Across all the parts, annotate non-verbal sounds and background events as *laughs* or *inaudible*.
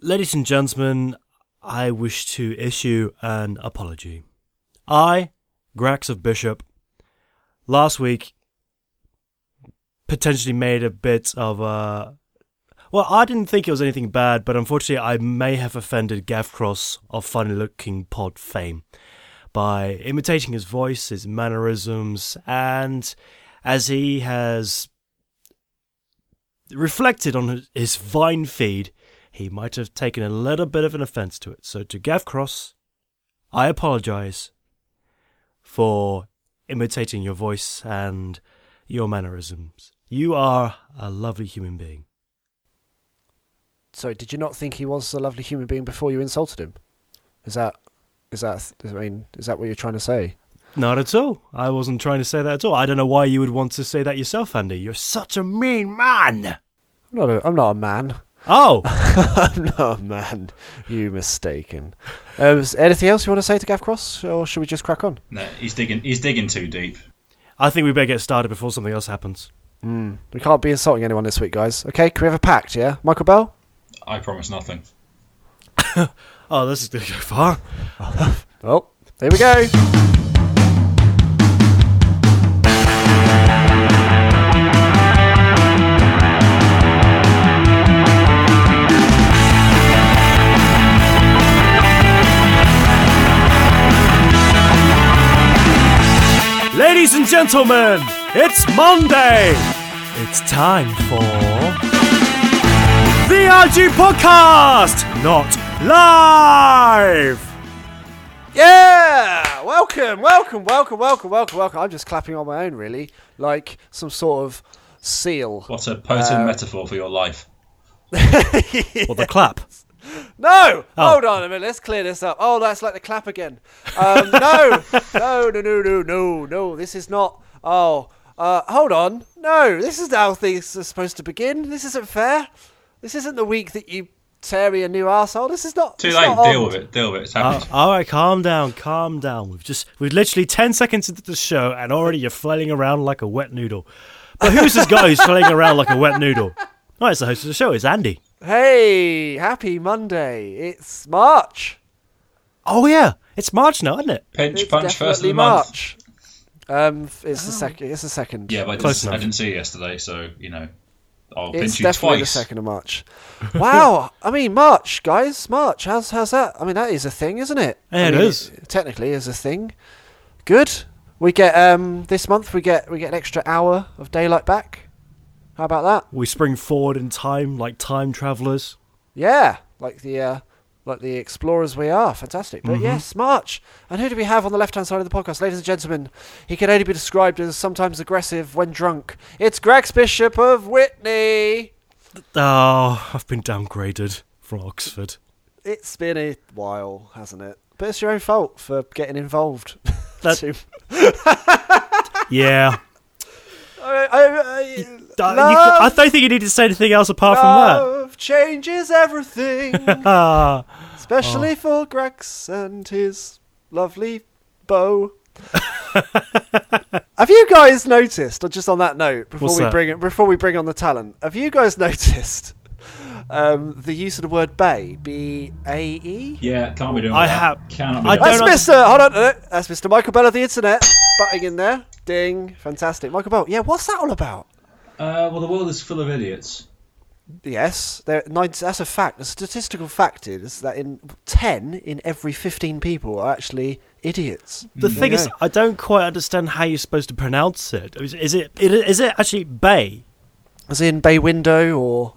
Ladies and gentlemen, I wish to issue an apology. I, Grax of Bishop, last week potentially made a bit of a. Well, I didn't think it was anything bad, but unfortunately, I may have offended Gav Cross of Funny Looking Pod fame by imitating his voice, his mannerisms, and as he has reflected on his- his Vine feed, he might have taken a little bit of an offence to it. So to Gav Cross, I apologise for imitating your voice and your mannerisms. You are a lovely human being. Sorry, did you not think he was a lovely human being before you insulted him? Is that is that I mean is that what you're trying to say? Not at all. I wasn't trying to say that at all. I don't know why you would want to say that yourself, Andy. You're such a mean man. I'm not a, I'm not a man. *laughs* Oh, I'm not a man. You mistaken. Um, is anything else you want to say to Gav Cross, or should we just crack on? No, he's digging. He's digging too deep. I think we better get started before something else happens. Mm. We can't be insulting anyone this week, guys. Okay, can we have a pact? Yeah, Michael Bell. I promise nothing. Oh, this is going to go far. Well, Oh, there we go. Ladies and gentlemen, it's Monday. It's time for the RG Podcast, not live. *laughs* Yeah! Welcome, welcome, welcome, welcome, welcome, welcome. I'm just clapping on my own, really, like some sort of seal. What a potent Uh, metaphor for your life. Well, the clap. No! Hold on a minute, let's clear this up. Oh, that's like the clap again. Um, *laughs* no! No, no, no, no, no, no, this is not. Oh, uh, hold on. No, this is how things are supposed to begin. This isn't fair. This isn't the week that you tear a new arsehole. This is not. Too it's late. not Deal on. with it. Deal with it. It's Uh, happened. all right, calm down, calm down. We've just we've literally ten seconds into the show, and already you're flailing around like a wet noodle. But who's this guy who's flailing around like a wet noodle? Oh, it's the host of the show. It's Andy. Hey, happy Monday. It's March. Oh yeah, it's March now, isn't it? Pinch It's punch first of definitely the month. March. Um, it's the second. It's the second. Yeah, but I Close didn't, enough. I didn't see you yesterday, so you know, I'll it's pinch you definitely twice. the second of March. Wow, I mean March, guys, March. How's how's that? I mean that is a thing, isn't it? Yeah, I it mean, is. it technically is a thing. Good. We get um this month we get we get an extra hour of daylight back. How about that? We spring forward in time like time travelers. Yeah, like the uh, like the explorers we are. Fantastic. But Mm-hmm. yes, March. And who do we have on the left hand side of the podcast, ladies and gentlemen? He can only be described as sometimes aggressive when drunk. It's Grex Bishop of Whitney. Oh, I've been downgraded from Oxford. It's been a while, hasn't it? But it's your own fault for *laughs* getting involved. That- Too- Yeah. I, I- I- Uh, you- love, I don't think you need to say anything else apart from love *laughs* changes everything, that. Ah. especially for Grex and his lovely *laughs* bow. have you guys noticed, or just on that note, before What's we that? bring it, before we bring on the talent, have you guys *laughs* noticed um, the use of the word bay, B A E? Yeah, can't be doing. I with that. have- Cannot be I doing don't That's that. know- Mr. Hold on, uh, that's Mr. Michael Bell of the internet butting in there. Ding, fantastic, Michael Bell. Yeah, what's that all about? Uh, well, the world is full of idiots. Yes, there. nine- That's a fact. The statistical fact is that in ten in every fifteen people are actually idiots. The Mm, thing is, Yeah. I don't quite understand how you're supposed to pronounce it. Is, is it it- is it actually bay? as in bay window or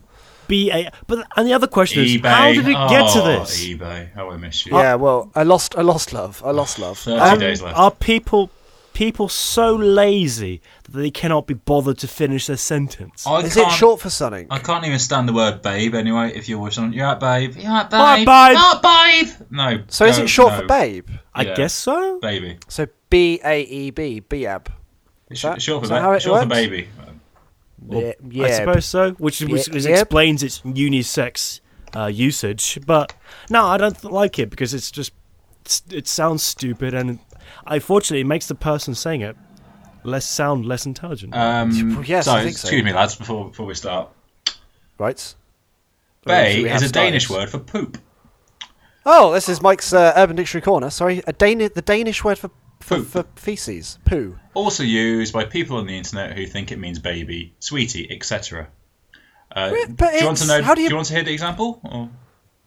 B A. But and the other question is, eBay. how did we get to Oh, this? eBay. How I miss you. yeah. Well, I lost. I lost love. I lost love. Thirty Um, days left. Are people people so lazy that they cannot be bothered to finish their sentence? I is it can't- short for something? I can't even stand the word babe anyway. If you're with someone, you're out, babe. You're out, babe. Alright, babe. You're out, babe. No. so is no, it short no. for babe? I yeah. guess so. Baby. So B A E B B ab. It's that- short for, is that how ba- it short for works? baby. Yeah, I suppose so, which, is- which Yeah, is- yep. explains its unisex uh, usage. But no, I don't like it because it's just it's, it sounds stupid, and unfortunately, it makes the person saying it less sound less Uh, intelligent. Um, Yes, so, I think so. Oh, excuse me, lads, before before we start. Right. should Bay we is a have Danish styles? word for poop. Oh, this is Mike's uh, Urban Dictionary corner. Sorry, a Dani- the Danish word for for, Poop. for feces, poo. Also used by people on the internet who think it means baby, sweetie, etc. Uh, Re- but do you want to it's- know? how do do you- you want to hear the example? Or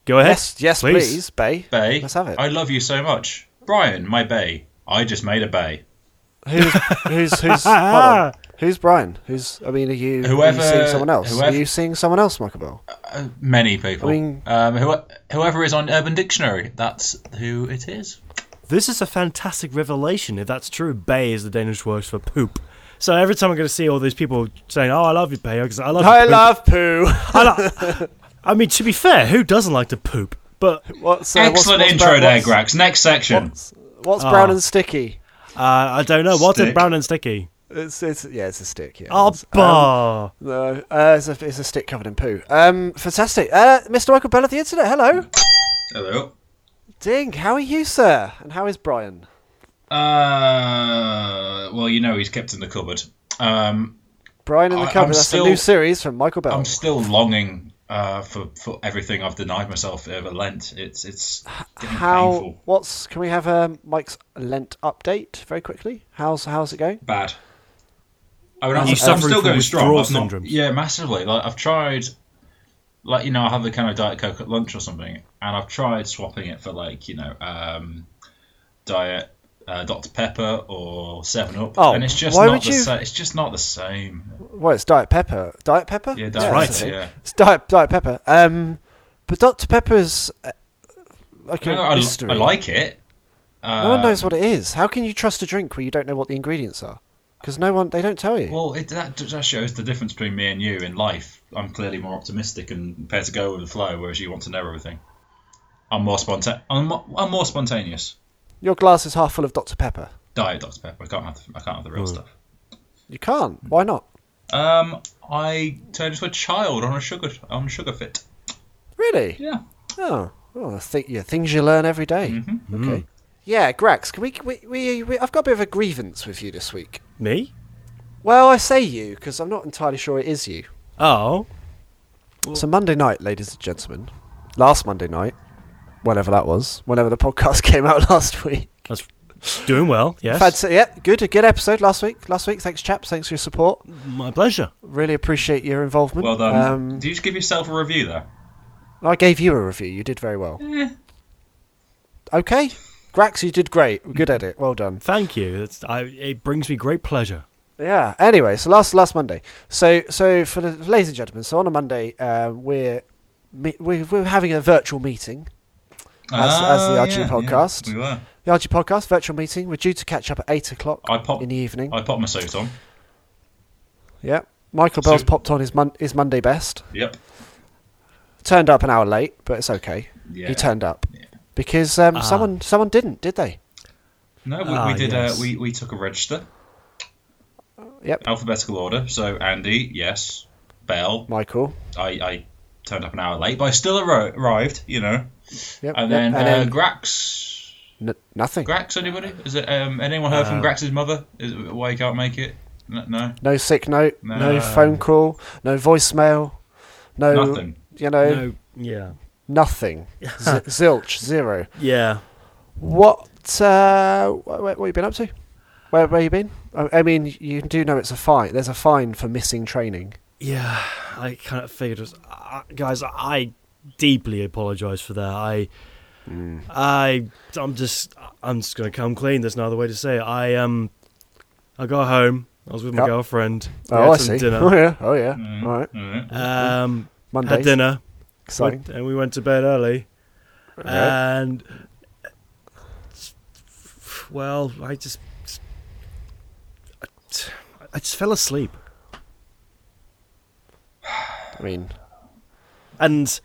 Go ahead. Yes, yes, please, Bay. bay, Let's have it. I love you so much, Brian, my bay. I just made a bay. Who's *laughs* who's who's? hold on. Who's Brian? Who's? I mean, are you, Whoever- are you seeing someone else? whoever- Are you seeing someone else, Michael Bell? Uh, many people. I mean- um, who, whoever is on Urban Dictionary, that's who it is. This is a fantastic revelation. If that's true, bay is the Danish word for poop. So every time I'm going to see all these people saying, "Oh, I love you, bay," because I love. I your poop." love *laughs* poo. I, lo- I mean, to be fair, who doesn't like to poop? But what's, uh, what's- Excellent what's intro brown- there, what's- Grax. Next section. What's, what's brown and sticky? uh, I don't know. What's in Stick. brown and sticky? It's, it's yeah, it's a stick. Yeah. Oh, It's- um, bah. no, uh, it's a it's a stick covered in poo. Um, fantastic. Uh, Mr. Michael Bell of the internet. Hello. Hello. Ding. How are you, sir? And how is Brian? Uh, well, you know he's kept in the cupboard. Um, Brian in the I- cupboard. I'm That's still- a new series from Michael Bell. I'm still longing uh, for for everything I've denied myself over Lent. It's it's getting How? painful. What's? Can we have um, Mike's Lent update very quickly? How's How's it going? bad. I mean, I'm, You I'm suffering still from going strong. withdrawal I've not- syndrome. yeah, massively. Like I've tried, like you know, I have the kind of diet coke at lunch or something, and I've tried swapping it for like you know, um, diet uh, Dr Pepper or Seven Up, Oh, and it's just why not would the you- same. It's just not the same. Well, it's Diet Pepper. Diet Pepper. Yeah, Yeah, Diet right. that's Pepper, it. Yeah. It's Diet Diet Pepper. Um, but Dr Pepper's uh, like a No, I, mystery. I like it. Uh, No one knows what it is. How can you trust a drink where you don't know what the ingredients are? Because no one, they don't tell you. Well, it, that just shows the difference between me and you in life. I'm clearly more optimistic and prepared to go with the flow, whereas you want to know everything. I'm more sponta- I'm, mo- I'm more spontaneous. Your glass is half full of Dr Pepper. Diet Dr Pepper. I can't have the, I can't have the real Hmm. stuff. You can't. Why not? Um, I turned into a child on a sugar on a sugar fit. Really? Yeah. Mm-hmm. Oh, well, I think yeah, things you learn every day. Okay. Yeah, Grax, can we, we, we, we? I've got a bit of a grievance with you this week. me? Well, I say you because I'm not entirely sure it is you. Oh, So Monday night, ladies and gentlemen, last Monday night, whenever that was, whenever the podcast *laughs* came out last week. that's doing well. Yes, Fancy, yeah, good, a good episode last week. Last week, thanks, chaps. Thanks for your support. my pleasure. Really appreciate your involvement. Well done. Um, Did you just give yourself a review there? I gave you a review. You did very well. Eh. Okay. Grax, you did great. Good at it. Well done. Thank you. That's, I, it brings me great pleasure. Yeah. Anyway, so last last Monday. So so for the ladies and gentlemen, so on a Monday, uh, we're me- we're we're having a virtual meeting. As- as the Ah, Archie yeah, podcast. Yeah, we were. The RG podcast virtual meeting. We're due to catch up at eight o'clock I pop- in the evening. I popped my suit on. yeah. Michael Bell's So- popped on his mon- his Monday best. Yep. Turned up an hour late, but it's okay. Yeah. He turned up because um, Ah. someone someone didn't, did they? No, we, Ah, we did. yes. Uh, we we took a register. Yep. Alphabetical order. So Andy, yes. Bell, Michael. I, I turned up an hour late, but I still arri- arrived, you know. Yep. yep, And then, and uh, Grax. n- nothing. Grax, anybody? Is it um, anyone heard from Grax's mother? Is, why you can't make it? No, no No sick note, no, No. phone call, no voicemail, no nothing. you know No, yeah, *laughs* nothing, Z- zilch, zero. yeah. What uh, wh- wh- what you been up to? Where where you been? I, I mean, you do know it's a fine. There's a fine for missing training. Yeah, I kind of figured it was. Uh, guys, I deeply apologise for that. I, Mm. I, I'm just, I'm just gonna come clean. There's no other way to say it. I um, I got home. I was with my Yep. girlfriend. We Oh, had I some see. *laughs* Oh Dinner. yeah, oh yeah. All right, Mm. Um, had Monday. dinner, Exciting. went- and we went to bed early. uh, And well, I just, I just fell asleep. I mean, *laughs* and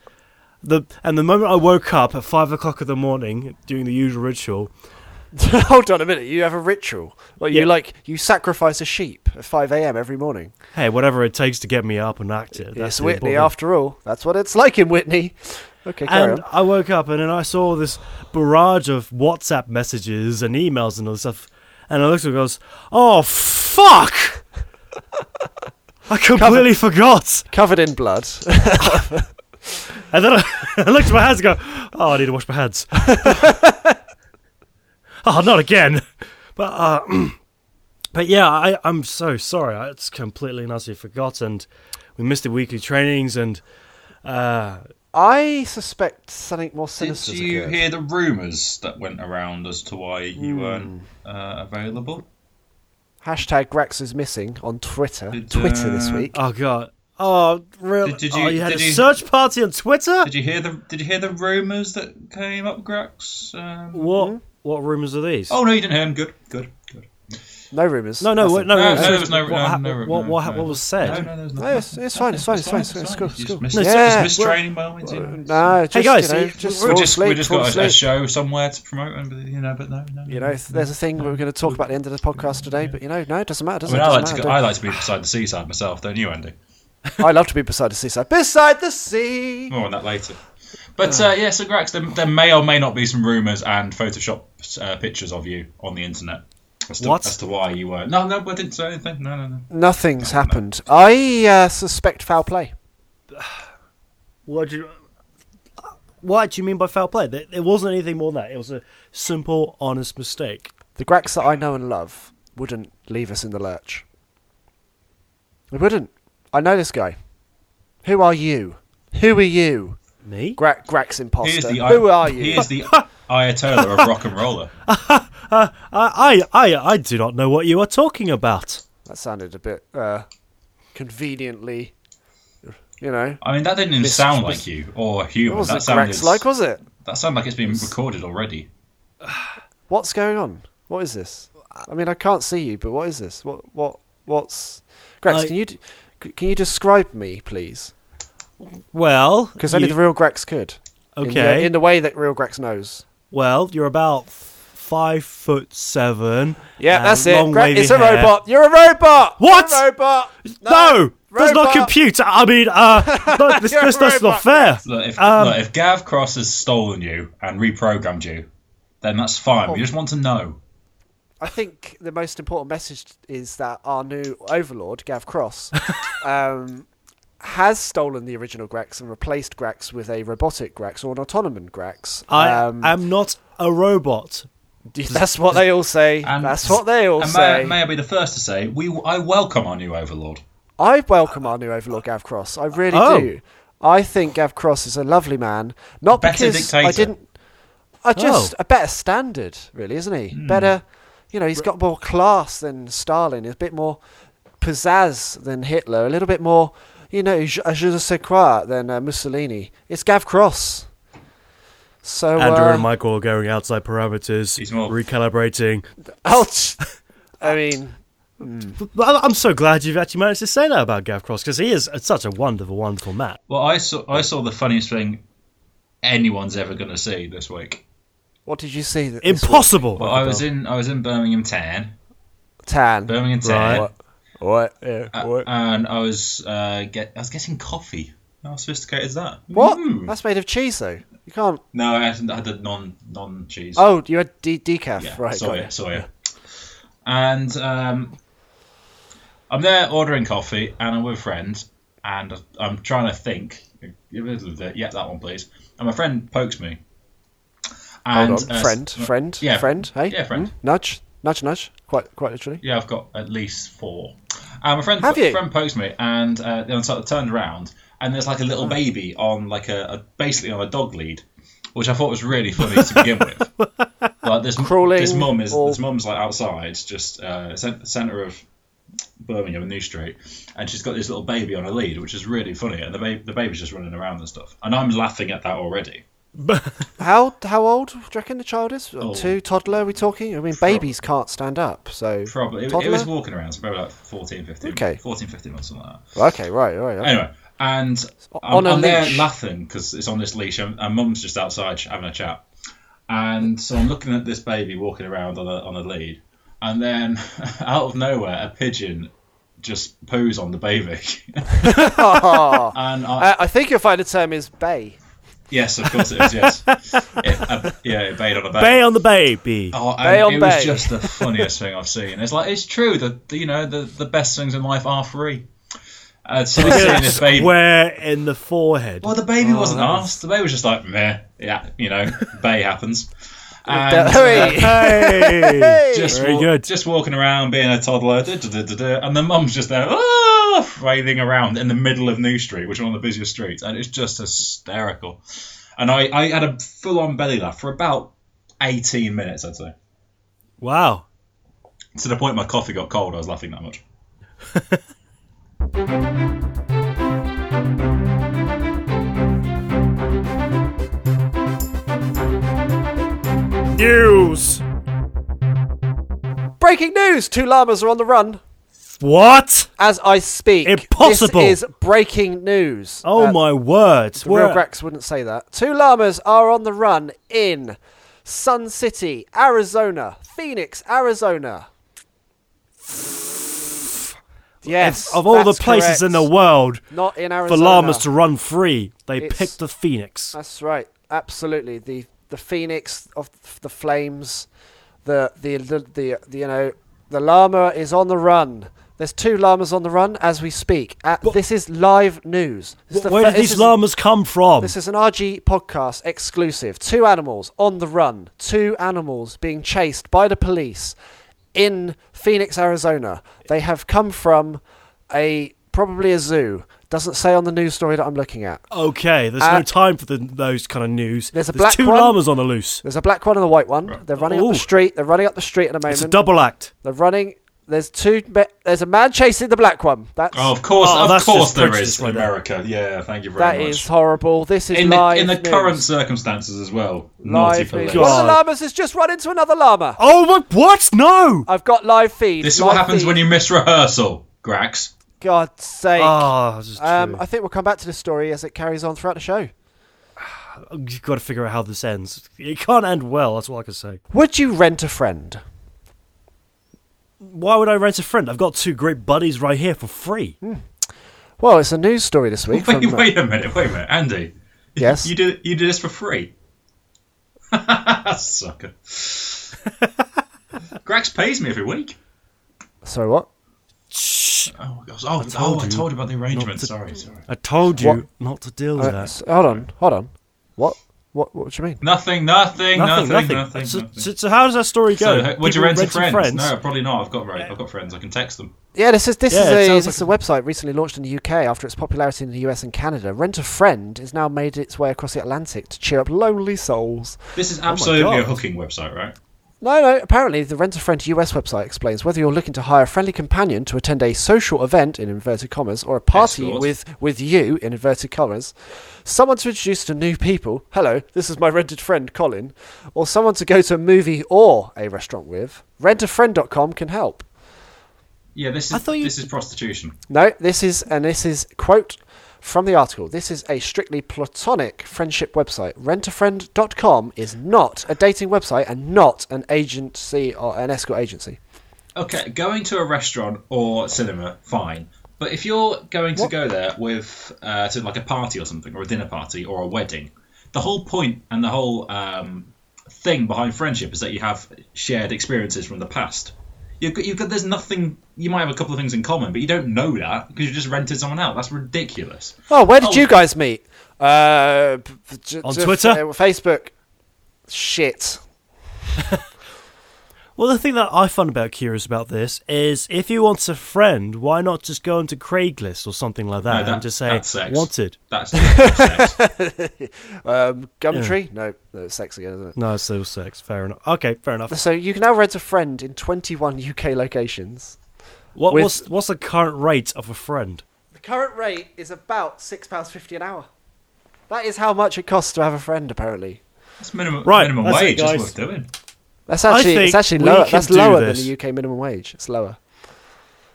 the and the moment I woke up at five o'clock in the morning doing the usual ritual, hold on a minute. You have a ritual. Like Yeah. you like you sacrifice a sheep at five a.m. every morning. hey, whatever it takes to get me up and active. That's That's it's the Whitney, important- after all. That's what it's like in Whitney. Okay, carry And on. I woke up and then I saw this barrage of WhatsApp messages and emails and all this stuff, and I looked at it and goes, "Oh fuck." *laughs* I completely forgot. Covered in blood. And then I, I *laughs* looked at my hands and go, oh, I need to wash my hands. *laughs* oh, not again. But uh, *clears throat* but yeah, I, I'm so sorry. I- It's completely and utterly forgot, and we missed the weekly trainings, and uh, *laughs* I suspect something more Did sinister. you hear the rumours that went around as to why Hmm. you weren't uh, available? Hashtag Grax is missing on Twitter. Did, Twitter uh, this week. oh god, oh really? Did- did oh, you- you had did a you- search party on Twitter? Did you hear the Did you hear the rumours that came up, Grax? Um, what what rumors are these? oh no, you didn't hear them. Good, good, good. no rumors. no, no, nothing. no, No, no, no, there was no- What, no, ha- no, what, no, what, ha- no. what was No, said? no, there's nothing. No, it's- it's fine, it's fine, it's fine, it's fine, it's You cool, just it's missed- cool. you Yeah, just missed well- uh, training moments. you know. No, it's Hey, just, guys, you know, you- just we're fall We just we asleep, just fall got a, a asleep. show somewhere to promote, and you know, but no, no. You know, if there's a thing we we're going to talk about at the end of the podcast today, but you know, no, it doesn't matter. I Doesn't, mean, it? I like doesn't to matter. go, I like to be beside the seaside myself, don't you, Andy? I love to be beside the seaside. Beside the sea. More on that later. But uh, yeah, so Grax, there, there may or may not be some rumours and Photoshop uh, pictures of you on the internet. As to, What? As to why you were. No, no, I didn't say anything. No, no, no. Nothing's happened. I uh, suspect foul play. What do you? What do you mean by foul play? There, there wasn't anything more than that. It was a simple, honest mistake. The Grax that I know and love wouldn't leave us in the lurch. They wouldn't. I know this guy. Who are you? Who are you? Me? Gra- Grax He is imposter. the, Who are He you? *laughs* is the Ayatollah of rock and roller. I, I, I, I do not know what you are talking about. That sounded a bit uh, conveniently, you know. I mean, that didn't even Mis- sound mis- like you or It human. wasn't That sounded Grax like, was it? that sounded like it's been recorded already. What's going on? What is this? I mean, I can't see you, but what is this? What what what's? Grax, I- can you d- c- can you describe me, please? Well, Because only you- the real Grax could. In the, okay. in the way that real Grax knows. well, you're about five foot seven. Yeah, and that's it. long Gra- wavy it's a hair. robot. You're a robot. What? You're a robot. No, that's not robot. compute. I mean, *laughs* uh, no, this, You're a this, that's not robot. fair. Look, if, Um, look, if Gav Cross has stolen you and reprogrammed you, then that's fine. Oh. We just want to know. I think the most important message is that our new overlord, Gav *laughs* Cross, um, has stolen the original Grax and replaced Grax with a robotic Grax or an autonomous Grax. I um, am not a robot. *laughs* that's what they all say. And- That's what they all And say. may, may I be the first to say, we I welcome our new overlord. I welcome our new overlord, Gav Cross. I really Oh. do. I think Gav Cross is a lovely man. Not Better because I dictator. didn't. Oh. I just a better standard, really, isn't he? Hmm. Better, you know, he's got more class than Stalin. He's a bit more pizzazz than Hitler. A little bit more, you know, je, je ne sais quoi than uh, Mussolini. It's Gav Cross. So, Andrew uh, and Michael are going outside parameters, He's more- recalibrating. *laughs* ouch. I mean, Well, I'm so glad you've actually managed to say that about Gav Cross because he is such a wonderful, wonderful man. Well, I saw I saw the funniest thing anyone's ever going to see this week. what did you see? That this week? Impossible. Well, I was in I was in Birmingham Tan, Tan. Birmingham Tan, Right. What? Yeah, a- what? and I was uh, get I was getting coffee. How sophisticated is that? What? Mm. That's made of cheese, though. You can't. No, I had, I had a non non cheese. Oh, you had de- decaf, yeah, right? got soya, it. soya. And um, I'm there ordering coffee, and I'm with a friend, and I'm trying to think. Yeah, that one, please. And my friend pokes me. And, Hold on, uh, friend, s- friend, yeah, friend. Hey, yeah, friend. Mm, nudge, nudge, nudge. Quite, quite literally. Yeah, I've got at least four. Um, a friend, Have you? friend pokes me, and uh, then I sort of turned around, and there's like a Oh. little baby on like a, a basically on a dog lead, which I thought was really funny to begin with. *laughs* Like this, Crawling this mum is or- this mum's like outside, just uh, cen- centre of Birmingham, New Street, and she's got this little baby on a lead, which is really funny, and the, ba- the baby's just running around and stuff, and I'm laughing at that already. How how old do you reckon the child is? Two Oh. toddler? Are we talking? I mean, babies can't stand up, so Probably it, it toddler. was walking around, so probably like 14, 15, Okay. 14, 15 or something like that. okay, right, right. okay. Anyway, and I'm, on a I'm there leash. laughing because it's on this leash, and, and mum's just outside having a chat. And so I'm looking at this baby walking around on a, on a lead, and then *laughs* out of nowhere, a pigeon just poos on *laughs* the baby. and I, Uh, I think you'll find the term is bay. yes, of course it was, yes. It, uh, yeah, it bayed on a baby. Bay on the *laughs* baby. Oh, and Bay on it bay. was just the funniest thing I've seen. It's like it's true that you know the the best things in life are free. And so I see this baby. Square in the forehead. Well, the baby Oh, wasn't that was- asked. The baby was just like, meh, yeah, you know, bay *laughs* happens. *laughs* And, uh, *laughs* Hey! Hey! just Very wa- good. just walking around being a toddler, duh, duh, duh, duh, duh, and the mum's just there ah, wailing around in the middle of New Street, which is one of the busiest streets, and it's just hysterical. And I, I had a full on belly laugh for about eighteen minutes, I'd say, Wow. to the point my coffee got cold. I was laughing that much. News. Breaking news! Two llamas are on the run What? as I speak. Impossible. This is breaking news. Oh Uh, my word. The real Where- Grex wouldn't say that. Two llamas are on the run in Sun City, Arizona, Phoenix, Arizona. Yes, of all the that's places in the correct. world not in Arizona for llamas to run free, they It's- picked the phoenix. That's right, absolutely. The the phoenix of the flames, the the the, the, the you know the llama is on the run. There's two llamas on the run as we speak. Uh, this is live news. This is the Where fir- did this these is- llamas come from? This is an RG podcast exclusive. Two animals on the run. Two animals being chased by the police in Phoenix, Arizona. They have come from a probably a zoo. Doesn't say on the news story that I'm looking at. okay, there's Uh, no time for the, those kind of news. there's a black two one. llamas on the loose. There's a black one and a white one. They're running up Ooh. the street. They're running up the street at the moment. It's a double act. They're running. There's two. ma- There's a man chasing the black one. That's Oh, of course, Oh, of that's course just there prejudice is in right there. America. Yeah, thank you very that much. is horrible. This is in the, live in the news. current circumstances as well. Naughty live police. news. One of the God. llamas has just run into another llama. Oh my! What? No! I've got live feed. This is what live happens feed. when you miss rehearsal, Grax. God's sake. Ah, this is um, true. I think we'll come back to this story as it carries on throughout the show. You've got to figure out how this ends. It can't end well. That's all I can say. Would you rent a friend? Why would I rent a friend? I've got two great buddies right here for free. Hmm. Well, it's a news story *laughs* this week. *laughs* Wait, from, uh, wait a minute, wait a minute, Andy. Yes. You did you did this for free. *laughs* *laughs* Sucker. Grax pays me every week. Sorry, what? Shh! Oh, gosh. oh, I told told, oh I you told you about the arrangement. to- Sorry, sorry. I told you What? not to deal Uh, with that. s- hold on, hold on. What? What? What do you mean? Nothing, nothing, nothing, nothing. so, nothing. So, so how does that story go? So, hey, would you People rent a renting friend? No, probably not. I've got right. I've got friends. I can text them. Yeah, this is this Yeah, it is a sounds this is a website recently launched in the UK after its popularity in the US and Canada. Rent a friend has now made its way across the Atlantic to cheer up lonely souls. This is absolutely a Oh God. hooking website, right? No, no. Apparently, the Rent a Friend US website explains whether you're looking to hire a friendly companion to attend a social event in inverted commas or a party Escort. with with you in inverted commas, someone to introduce to new people. Hello, this is my rented friend Colin, or someone to go to a movie or a restaurant with. Rentafriend.com can help. Yeah, this is I thought you- this is prostitution. No, this is, and this is, quote from the article, this is a strictly platonic friendship website. Rentafriend.com is not a dating website and not an agency or an escort agency. Okay, going to a restaurant or cinema, fine. But if you're going to go there with uh, to like a party or something, or a dinner party, or a wedding, the whole point and the whole um, thing behind friendship is that you have shared experiences from the past. You've got, you've got, there's nothing. You might have a couple of things in common, but you don't know that because you just rented someone out. That's ridiculous. Oh, where did Oh. you guys meet? Uh, p- p- j- On j- Twitter? uh, Facebook. Shit. Well, the thing that I find about curious about this is if you want a friend, why not just go onto Craigslist or something like that, No, that- and just say that's sex. wanted? That's, *laughs* that's sex. Um, Gumtree? No, no, it's sex again, isn't it? No, it's still sex. Fair enough. Okay, fair enough. So you can now rent a friend in 21 UK locations. What, with- what's what's the current rate of a friend? The current rate is about £6.50 an hour. That is how much it costs to have a friend, apparently. That's minimum Right, minimum that's it, wage. That's what guys. we're doing. That's I actually think it's actually we lower. can That's do lower this. than the UK minimum wage. It's lower.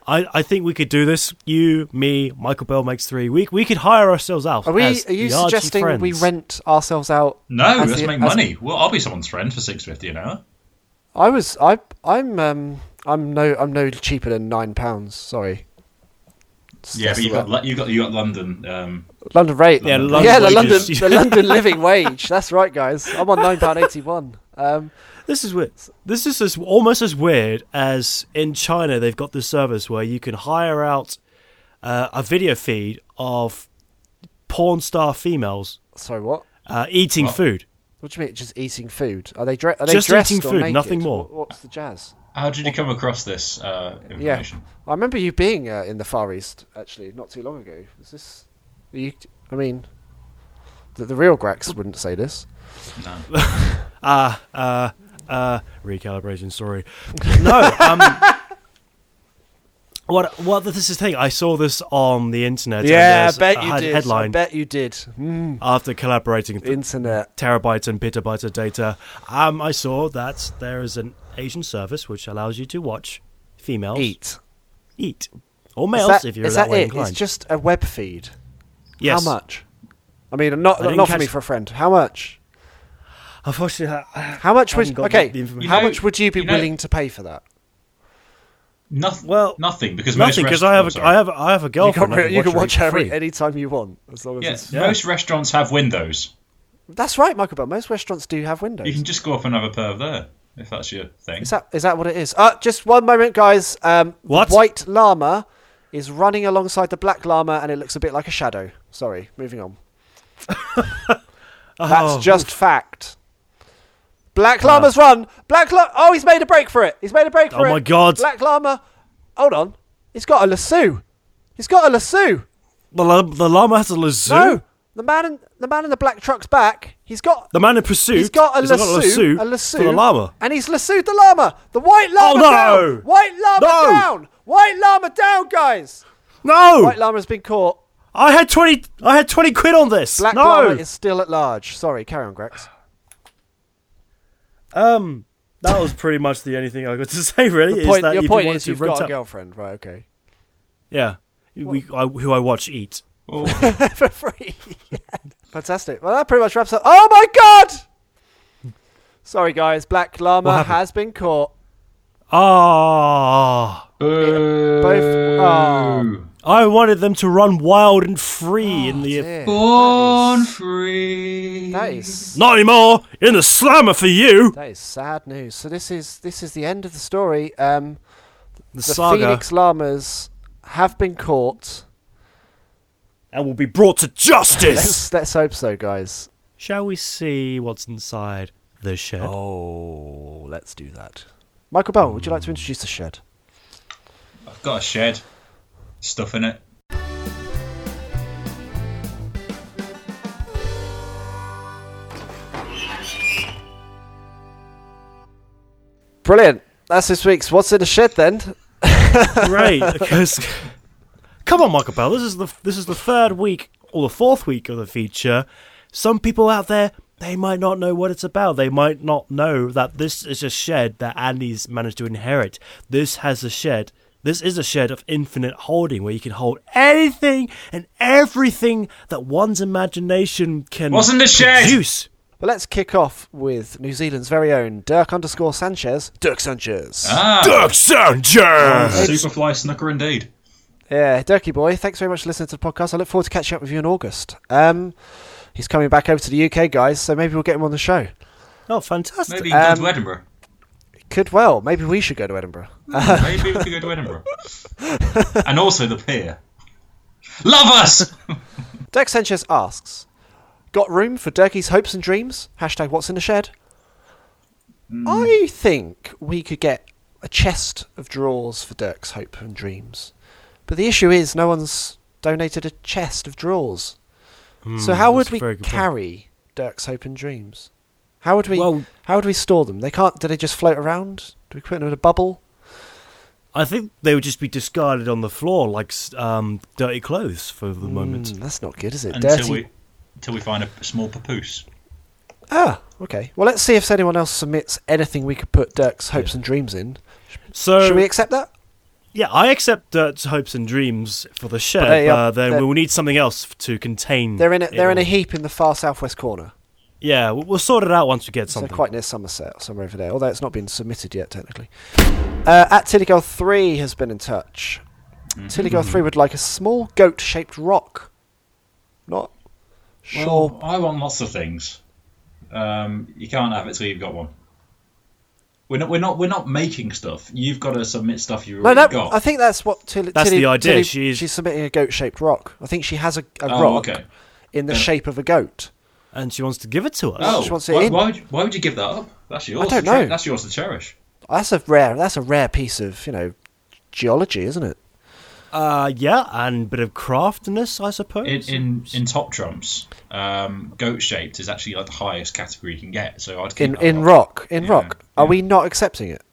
I, I think we could do this. You, me, Michael Bell makes three. We we could hire ourselves out. Are we? as Are you the Archie suggesting we friends. rent ourselves out? No, as let's the- make as- money. Well, I'll be someone's friend for six fifty an hour. I was. I. I'm. Um. I'm no. I'm no cheaper than nine pounds. Sorry. It's- Yeah, that's but you the got Lo- you got you got London. Um, London rate. Yeah, London yeah, the London, wages. the London living wage. That's right, guys. I'm on nine pound eighty-one. Um, This is weird. This is as, almost as weird as in China. They've got this service where you can hire out uh, a video feed of porn star females Sorry, what? uh, eating What? food. What do you mean? Just eating food? Are they dre- are they Just dressed eating or food, naked? nothing more. Wh- What's the jazz? How did you come across this uh, Yeah, information? I remember you being uh, in the Far East actually not too long ago. Is this? Are you? I mean, the, the real Grax wouldn't say this. No. Ah, uh, uh, recalibration story. No, um, *laughs* what, what, this is the thing. I saw this on the internet. and there's uh, a head- I Headline bet you did. Mm, after collaborating with internet. terabytes and petabytes of data. Um, I saw that there is an Asian service which allows you to watch females Eat. eat. Or Is males, that, if you're is that, way it? inclined. It's just a web feed. yes. How much? I mean, not I didn't not for me, catch- for a friend. How much? Unfortunately, I- How much I haven't would got okay? the information. How You know- much would you be you know- willing to pay for that? Nothing. Well, nothing because nothing most because I have restaurants- a, oh, sorry. I have a, I have a You can, girlfriend. I re- you can watch her her free. any time you want, as long as Yeah, it's. Yeah. most restaurants have windows. That's right, Michael Bell. Most restaurants do have You windows. can just go up and have a perv there if that's your thing. Is that is that what it is? Uh, just one moment, guys. Um, the What? white llama is running alongside the black llama, and it looks a bit like a shadow. Sorry, *laughs* moving on. That's Oh, just fact. Black llama's run. Black llama. Oh, he's made a break for it. He's made a break for Oh it. my God. Black llama. Hold on. He's got a lasso. He's got a lasso. The, la- the llama has a lasso. No, the man in the man in the black truck's back. He's got The man in pursuit. He's got a has got lasso, a lasso lasso, for the llama. Oh, and he's lassoed the llama. The white llama no! down. White llama No! down. White llama down, guys. No, White llama's been caught. I had twenty. I had twenty quid on this. Black no, llama is still at large. Sorry, carry on, Grex. um, that was pretty much the only thing I got to *laughs* say. Really, The is point, that your if you point wanted is to you've rent got a up- girlfriend, right? Okay, *laughs* Yeah, we, I, who I watch eat. *laughs* Oh, for free. *laughs* Fantastic. Well, that pretty much wraps up. Oh my god! Sorry, guys. Black What llama happened? has been caught. Ah, boo. oh. I wanted them to run wild and free in the. Ah, Dear, Born free. That is Not anymore. In the slammer for you. that is sad news. So this is this is the end of the story. Um, The, the saga Phoenix Llamas have been caught. and will be brought to *laughs* justice. Let's, let's hope so, guys. Shall we see what's inside the shed? Oh, let's do that. Michael Bell, would you like to introduce the shed? I've got a shed. Stuff in it. Brilliant. That's this week's What's in the Shed then. Great, because come on, Michael Bell. This is the this is the third week or the fourth week of the feature. Some people out there they might not know what it's about. They might not know that this is a shed that Andy's managed to inherit. This has a shed. This is a shed of infinite holding, where you can hold anything and everything that one's imagination can What's in the shed? produce. But let's kick off with New Zealand's very own Dirk underscore Sanchez. Dirk Sanchez. Ah, Dirk Sanchez. Superfly snooker indeed. Yeah, Dirky boy, thanks very much for listening to the podcast. I look forward to catching up with you in August. Um, he's coming back over to the UK, guys, so maybe we'll get him on the show. Oh, fantastic! Maybe you can Um, go to *laughs* Edinburgh. Could well. Maybe we should go to Edinburgh. Maybe we could go to Edinburgh. and also the pier. Love us! Dirk Sanchez asks, "Got room for Dirky's hopes and dreams?" Hashtag What's in the shed. Hmm. I think we could get a chest of drawers for Dirk's hope and dreams, but the issue is no one's donated a chest of drawers. so how Hmm, that's would a we very good point. carry Dirk's hope and dreams? How would we? Well- how would we store them? They can't. Do they just float around? Do we put them in a bubble? I think they would just be discarded on the floor like s- um, dirty clothes for the moment. Mm, that's not good, is it? until Dirty we until we find a small papoose. Ah, okay. Well, let's see if anyone else submits anything we could put Dirk's hopes and dreams in. So Oh. Should we accept that? yeah, I accept Dirt's hopes and dreams for the shed, but, they are- then they're- we'll need something else f- to contain. uh, They're in a, it they're in a all. heap in the far southwest corner. Yeah, we'll, we'll sort it out once we get So something. quite near Somerset, somewhere over there. Although it's not been submitted yet, technically. Uh, at Tilligirl three has been in touch. Mm-hmm. Tilligirl three would like a small goat-shaped rock. Not sure. Well, I want lots of things. Um, you can't have it till you've got one. We're not, we're not, we're not making stuff. You've got to submit stuff you've No, already no, got. I think that's what Tilly. That's Tilly- the idea. Tilly- She's- she's submitting a goat-shaped rock. I think she has a, a Oh, rock okay. in the Yeah. shape of a goat. and she wants to give it to us. Oh, She wants it why, in. why, would you, why would you give that up? That's yours. don't to che- know. That's yours to cherish. That's a rare. That's a rare piece of you know geology, isn't it? Uh, yeah, and a bit of craftiness, I suppose. In in, in top trumps, um, goat shaped is actually like the highest category you can get. So I'd keep In that in one. rock, in Yeah, rock. Are yeah. we not accepting it?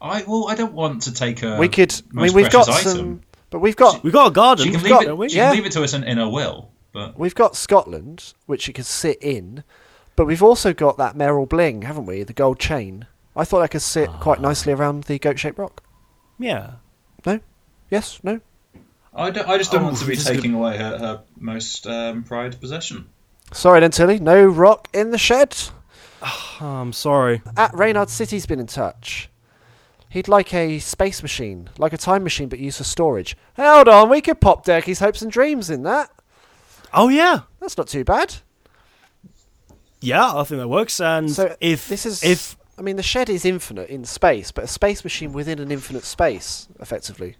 I well, I don't want to take a. we could. I mean, Um, most we've got precious some, item. but we've got We've got a garden. She can we've leave got, it. don't we? She Yeah. can leave it to us in, in her will, but we've got Scotland, which it could sit in, but we've also got that Merrill Bling, haven't we? The gold chain. I thought that could sit Ah. quite nicely around the goat-shaped rock. Yeah. No. Yes. No. I, don't, I just don't Oh, want to be this is taking away her, her most um, prized possession. Sorry, then, Tilly. No rock in the shed. Oh, I'm sorry. At Reynard City's been in touch. He'd like a space machine, like a time machine, but used for storage. Hold on, we could pop Durkey's hopes and dreams in that. Oh yeah, That's not too bad. yeah. I think that works. And So if this is if I mean the shed is infinite in space, but a space machine within an infinite space, effectively.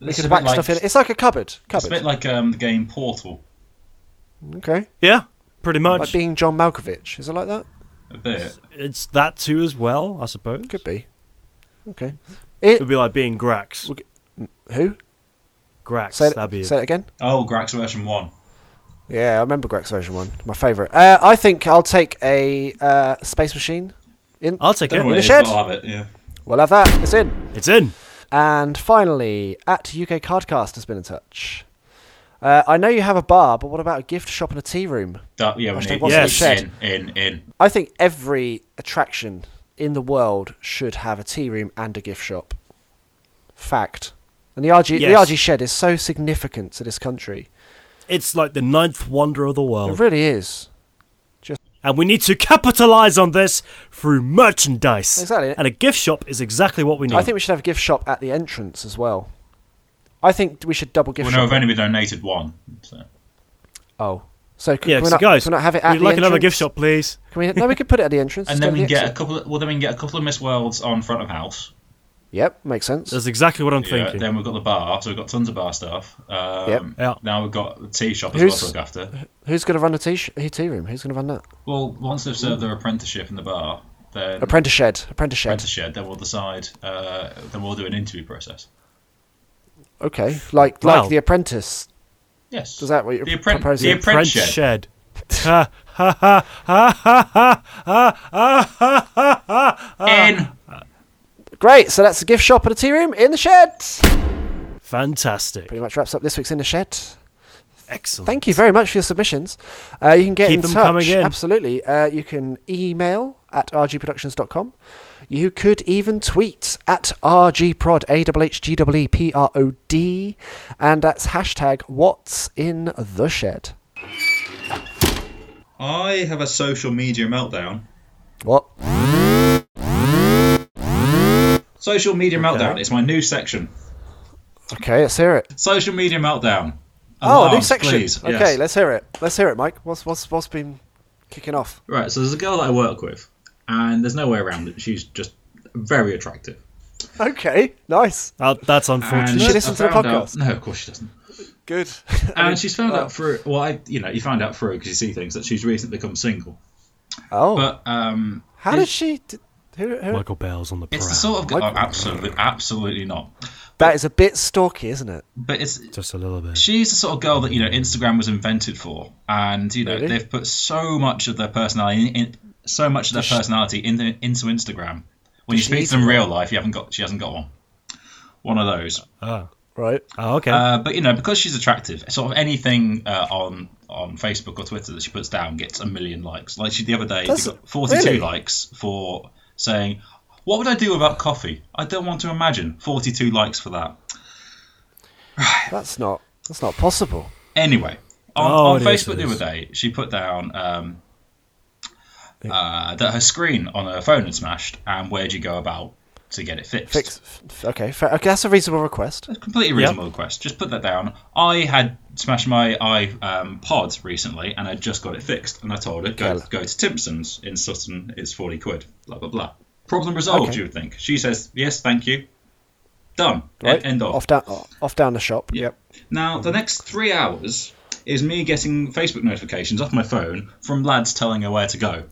We It's could a whack bit like- stuff in it. It's like a cupboard. It's a Cupboard. bit like um, the game Portal. okay. yeah, pretty much Like being John Malkovich. Is it like that? A bit. it's that too as well. I suppose Could be. Okay. it would be like being Grax. Who? Grax, Say that'd be it, say it again. Oh, Grax version one. Yeah, I remember Greg's version one. My favourite. Uh, I think I'll take a uh, space machine. In I'll take Don't it. worry, the shed. I'll have it. Yeah. we'll have that. It's in. It's in. And finally, at UK Cardcast has been in touch. Uh, I know you have a bar, but what about a gift shop and a tea room? That, yeah, we Hashtag need what's in the yes. shed? in, in, in. I think every attraction in the world should have a tea room and a gift shop. Fact. And the RG Yes. the RG shed is so significant to this country. It's like the ninth wonder of the Oh. It world, really is. and we need to capitalize on this through merchandise. Exactly. And a gift shop is exactly what we need. I think we should have a gift shop at the entrance as well. I think we should double gift Well, shop. no, I've only been donated one. So. Oh, so c- yeah, can we so not, guys, can we not have it at we'd the like another entrance? gift shop, please. Can we, no, we could put it at the entrance. And instead then of we the can get a exit. couple. Of, well, then we can get a couple of Miss Worlds on front of house. Yep, makes sense. That's exactly what I'm Yeah, thinking. Then we've got the bar, so we've got tons of bar stuff. Um, Yep. Yeah. Now we've got the tea shop as Who's- well to look after. Who's going to run the tea, sh- tea room? Who's going to run that? Well, once they've served their apprenticeship in the bar, then Apprentice shed. Apprentice shed. apprenticeship, then we'll decide. Uh, then we'll do an interview process. Okay, like Wow. like the apprentice. Yes. Is that what you're the appren- proposing? The French apprenticeship. shed. *laughs* Ha ha ha ha ha ha ha ha ha ha. in. Great. So that's the gift shop and a tea room in the shed. Fantastic. Pretty much wraps up this week's in the shed. Excellent. Thank you very much for your submissions. Uh, you can get Keep in them touch. coming in. Absolutely. Uh, you can email at rgproductions.com. You could even tweet at rgprod, E A-W-H-G-W-E-P-R-O-D, and that's hashtag what's in the shed. I have a social media meltdown. What? Social media meltdown. It's my new section. Okay, let's hear it. Social media meltdown. Oh, a new Alarms, section. please. Okay, Yes. let's hear it. Let's hear it, Mike. What's, what's, what's been kicking off? *laughs* Right, so there's a girl that I work with, and there's no way around it. She's just very attractive. Okay, nice. Oh, that's And unfortunate. she listen I to the found podcast? out- no, of course she doesn't. Good. and she's found out through. Well, I, you know, you find out through because you see things that she's recently become single. *laughs* Oh, Uh, But um, how did she... Did, who, who, Michael Bell's on the it's the prowl. sort of girl. What? absolutely, absolutely not. That is a bit stalky, isn't it? But it's Just a little bit. she's the sort of girl that you know Instagram was invented for, and you know Really? they've put so much of their personality, in, in, so much of their she- personality in the, into Instagram. When you Does she speak need to them to- in real life, you haven't got. She hasn't got one. One of those. Oh, Right. oh okay. Uh, but you know, because she's attractive, sort of anything uh, on on Facebook or Twitter that she puts down gets a million likes. Like she the other day, That's- she got 42 really? likes for saying, "What would I do without coffee?" I don't want to imagine 42 likes for that. That's not that's not possible. Anyway, on, Oh, on it is, Facebook it the is. other day, she put down um, uh, that her screen on her phone had smashed, and where'd you go about to get it fixed? Fix. f- Okay, fair, okay, that's a reasonable request. That's a completely reasonable request. Just put that down. I had smashed my i um, pod recently, and I just got it fixed. And I told it go, Kel. go to Timpson's in Sutton. It's forty quid. Blah blah blah. Problem resolved, Okay. you would think. She says, yes, thank you. Done. E- Right? End of. Off down, off down the shop. Yeah. Yep. Now, the next three hours is me getting Facebook notifications off my phone from lads telling her where to *laughs* go.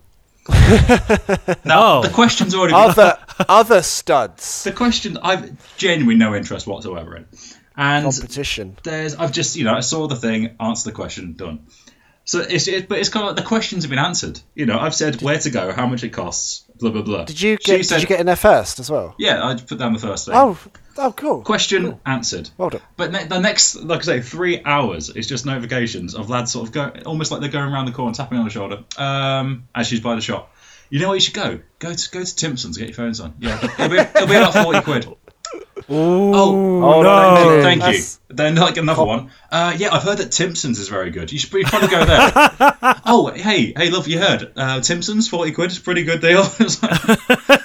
Oh. now, the question's already been Other other studs. the question I've genuinely no interest whatsoever in. And Competition. there's I've just you know I saw the thing, answer the question, done. So it's it, but it's kind of like the questions have been answered. You know, I've said where to go, how much it costs, blah blah blah. Did you She get? said- Did you get in there first as well? Yeah, I put down the first thing. Oh, oh, cool. Question answered. Well done. But ne- the next, like I say, three hours is just notifications of lads sort of go, almost like they're going around the corner, tapping on the shoulder, um, as she's by the shop. You know where you should go? Go to go to Timpson's, get your phones on. Yeah, it'll be, it'll be about forty *laughs* quid. Oh, Oh, no. thank you. Thank you. That's- Then like another one. Uh, yeah, I've heard that Timpson's is very good. You should probably go there. *laughs* oh, hey, hey, love, you heard uh, Timpson's forty quid is a pretty good deal. *laughs* it's, like-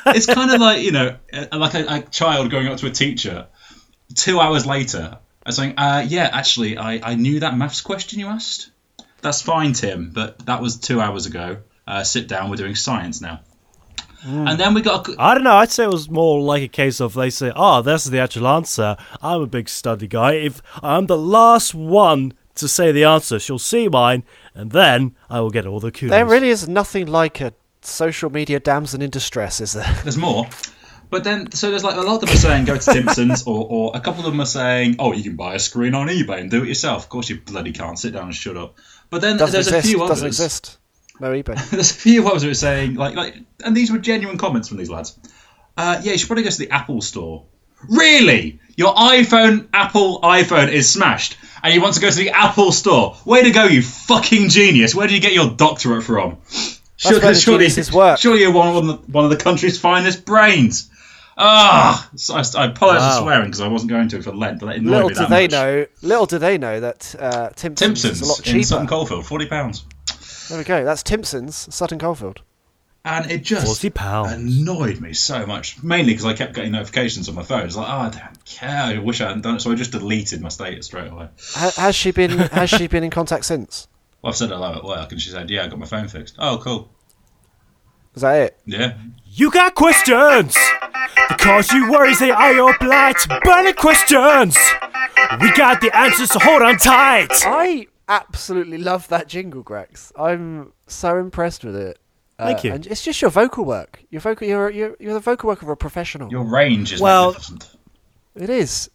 it's kind of like you know, uh, like a, a child going up to a teacher. Two hours later, I was saying, uh, yeah, actually, I, I knew that maths question you asked. That's fine, Tim, but that was two hours ago. Uh, sit down. We're doing science now. And then we got. A, I don't know. I'd say it was more like a case of they say, "Oh, this is the actual answer." I'm a big study guy. If I'm the last one to say the answer, she'll see mine, and then I will get all the kudos. There really is nothing like a social media damsel in distress, is there? there's more. But then, so there's like a lot of them are saying go to Timpsons, or, or a couple of them are saying, oh, you can buy a screen on eBay and do it yourself. Of course, you bloody can't sit down and shut up. But then Doesn't there's exist. a few others. Doesn't exist. No *laughs* eBay. There's a few others who are saying like like, and these were genuine comments from these lads. Uh, yeah, you should probably go to the Apple store. Really, your iPhone, Apple iPhone is smashed, and you want to go to the Apple store? Way to go, you fucking genius! Where do you get your doctorate from? Surely, where the geniuses work. surely you're one of the, one of the country's finest brains. Ah, so I, I apologise Wow. for swearing because I wasn't going to for Lent, but that annoyed little me do that they much. know. Little do they know that uh, Timpsons, Timpsons is a lot in cheaper. Sutton Coldfield, forty pounds, there we go. That's Timpsons, Sutton Coldfield. and it just forty pounds. annoyed me so much, mainly because I kept getting notifications on my phone. It's like, oh, I don't care. I wish I hadn't done it. So I just deleted my status straight away. Ha- has she been? has she been in contact since? Well, I've said hello at work, and she said, yeah, I got my phone fixed. Oh, cool. Is that it? Yeah. You got questions because you worries they are your blight. Burning questions. We got the answers, so hold on tight. I absolutely love that jingle, Grex. I'm so impressed with it. Uh, Thank you. And it's just your vocal work. Your vocal. You're you're, you're the vocal work of a professional. Your range is Well- magnificent. it is.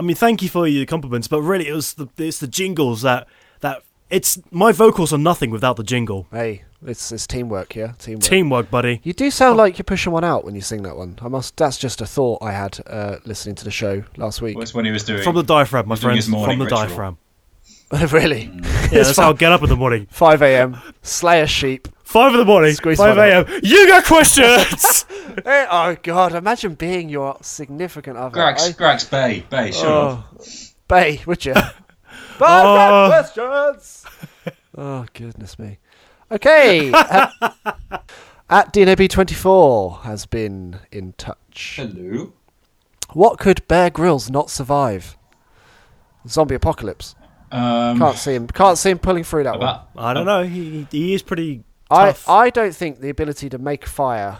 I mean, thank you for your compliments, but really, it was the it's the jingles that that it's my vocals are nothing without the jingle. Hey, it's it's teamwork. Yeah, teamwork. Teamwork, buddy. You do Oh. sound like you're pushing one out when you sing that one. I must. That's just a thought I had uh, listening to the show last week. Well, it's when he was doing. From the diaphragm, my He's doing friends. his morning From the ritual. diaphragm. *laughs* really? *laughs* Yeah, that's how I get up in the morning. 5 a.m. Slay a sheep. *laughs* Five in the morning. Squeeze five one a.m. You got *laughs* questions. Eh, oh God! Imagine being your significant other. Grax, I, Grax, Bay, Bay, shut up. oh, Bay, would you? Five questions. Oh goodness me. Okay. at, at DNAB24 has been in touch. Hello. What could Bear Grylls not survive? Zombie apocalypse. Um, Can't see him. Can't see him pulling through that one. about- I don't know. He he is pretty I, tough. I don't think the ability to make fire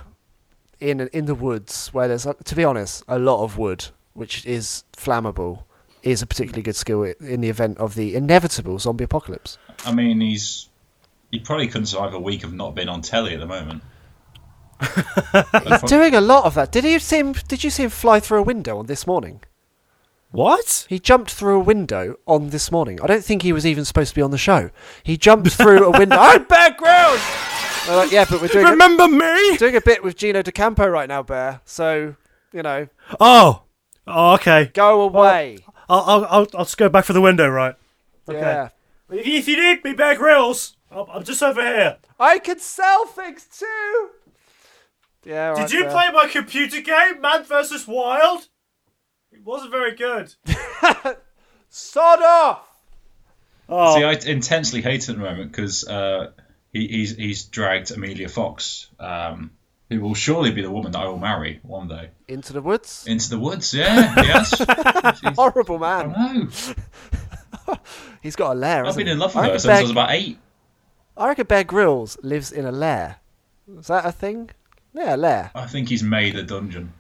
in in the woods where there's uh, to be honest a lot of wood which is flammable is a particularly good skill i- in the event of the inevitable zombie apocalypse. I mean, he's. He probably couldn't survive a week of not being on telly at *laughs* the moment. He's doing a lot of that. Did you see him? Did you see him fly through a window on this morning? what? He jumped through a window on this morning. I don't think he was even supposed to be on the show. He jumped through a window. I'm Bear Grylls. They're like, yeah, but we're doing a, Remember me? doing a bit with Gino De Campo right now, Bear. So you know, Oh. Oh, okay. go away. I'll, I'll, I'll, I'll just go back for the window, right? Yeah. If you, if you need me, Bear Grylls, I'm, I'm just over here. I could sell things too. Yeah. Did you play my computer game, Man vs. Wild? It wasn't very good. Sod off. Oh, See, I intensely hate it at the moment because uh, he, he's he's dragged Amelia Fox, um, who will surely be the woman that I will marry one day, Into the woods. into the woods. Yeah, *laughs* yes. Horrible man. no, He's got a lair. I've hasn't been he? in love I with her reckon since I Bear- was about eight. I reckon Bear Grylls lives in a lair. Is that a thing? Yeah, lair I think he's made a dungeon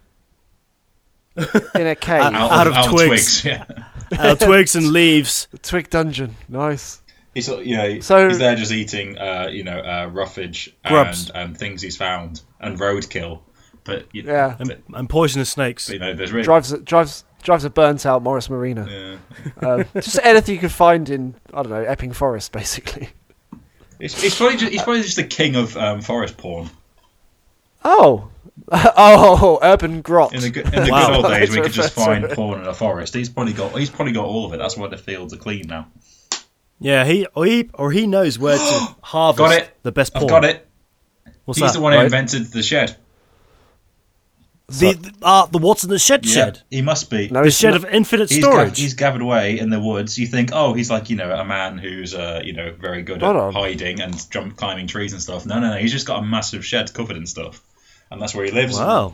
in *laughs* a cave, out, Out of of, out of twigs. twigs. *laughs* Yeah, *laughs* Uh, twigs and leaves. the twig dungeon. Nice. he's sort of- you know he- So- he's there just eating uh, you know uh, roughage Grubs. and, and things he's found and roadkill. But you know, Yeah. but, And poisonous snakes. you know there's really Drives a- drives drives a burnt out Morris Marina. yeah. *laughs* Um, just anything you could find in I don't know Epping Forest, *laughs* basically. It's, it's probably just, he's probably just the king of um, forest porn. Oh, *laughs* oh, urban grot. In the good, in the Wow. good old days, *laughs* we That's could just right, that's find porn in a forest. He's probably got he's probably got all of it. That's why the fields are clean now. Yeah, he or he or he knows where *gasps* to harvest Got it. the best porn. I've got it. What's he's that? the one who right? invented the shed. The the, ah, the what's in the shed shed. he must be. no, The it's shed not- of infinite Oh, He's, gav- storage. he's gathered away in the woods. You think, oh, he's like you know a man who's uh, you know very good Hold at on. hiding and jump climbing trees and stuff. No, no, no. He's just got a massive shed covered in stuff, and that's where he lives. wow.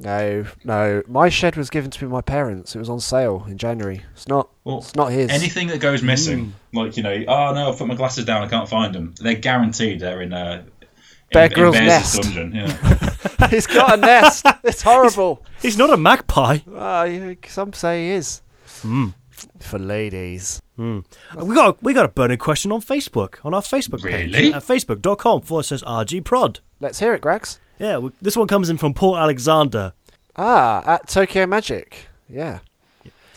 no, no. My shed was given to me by my parents. It was on sale in January. It's not. Well, it's not his. Anything that goes missing, Mm. like you know, oh no, I've put my glasses down, I can't find them. They're guaranteed they're in uh, Bear in, Grylls' in Bears' nest. dungeon. *laughs* Yeah. *laughs* He's got a *laughs* nest. It's horrible. He's not a magpie. Ah, you some say he is. Hmm. For ladies. We got we got a burning question on Facebook on our Facebook page Really? at facebook.com forward slash rgprod. Let's hear it, Gregs. Yeah, we, this one comes in from Paul Alexander. Ah, at Tokyo Magic. Yeah.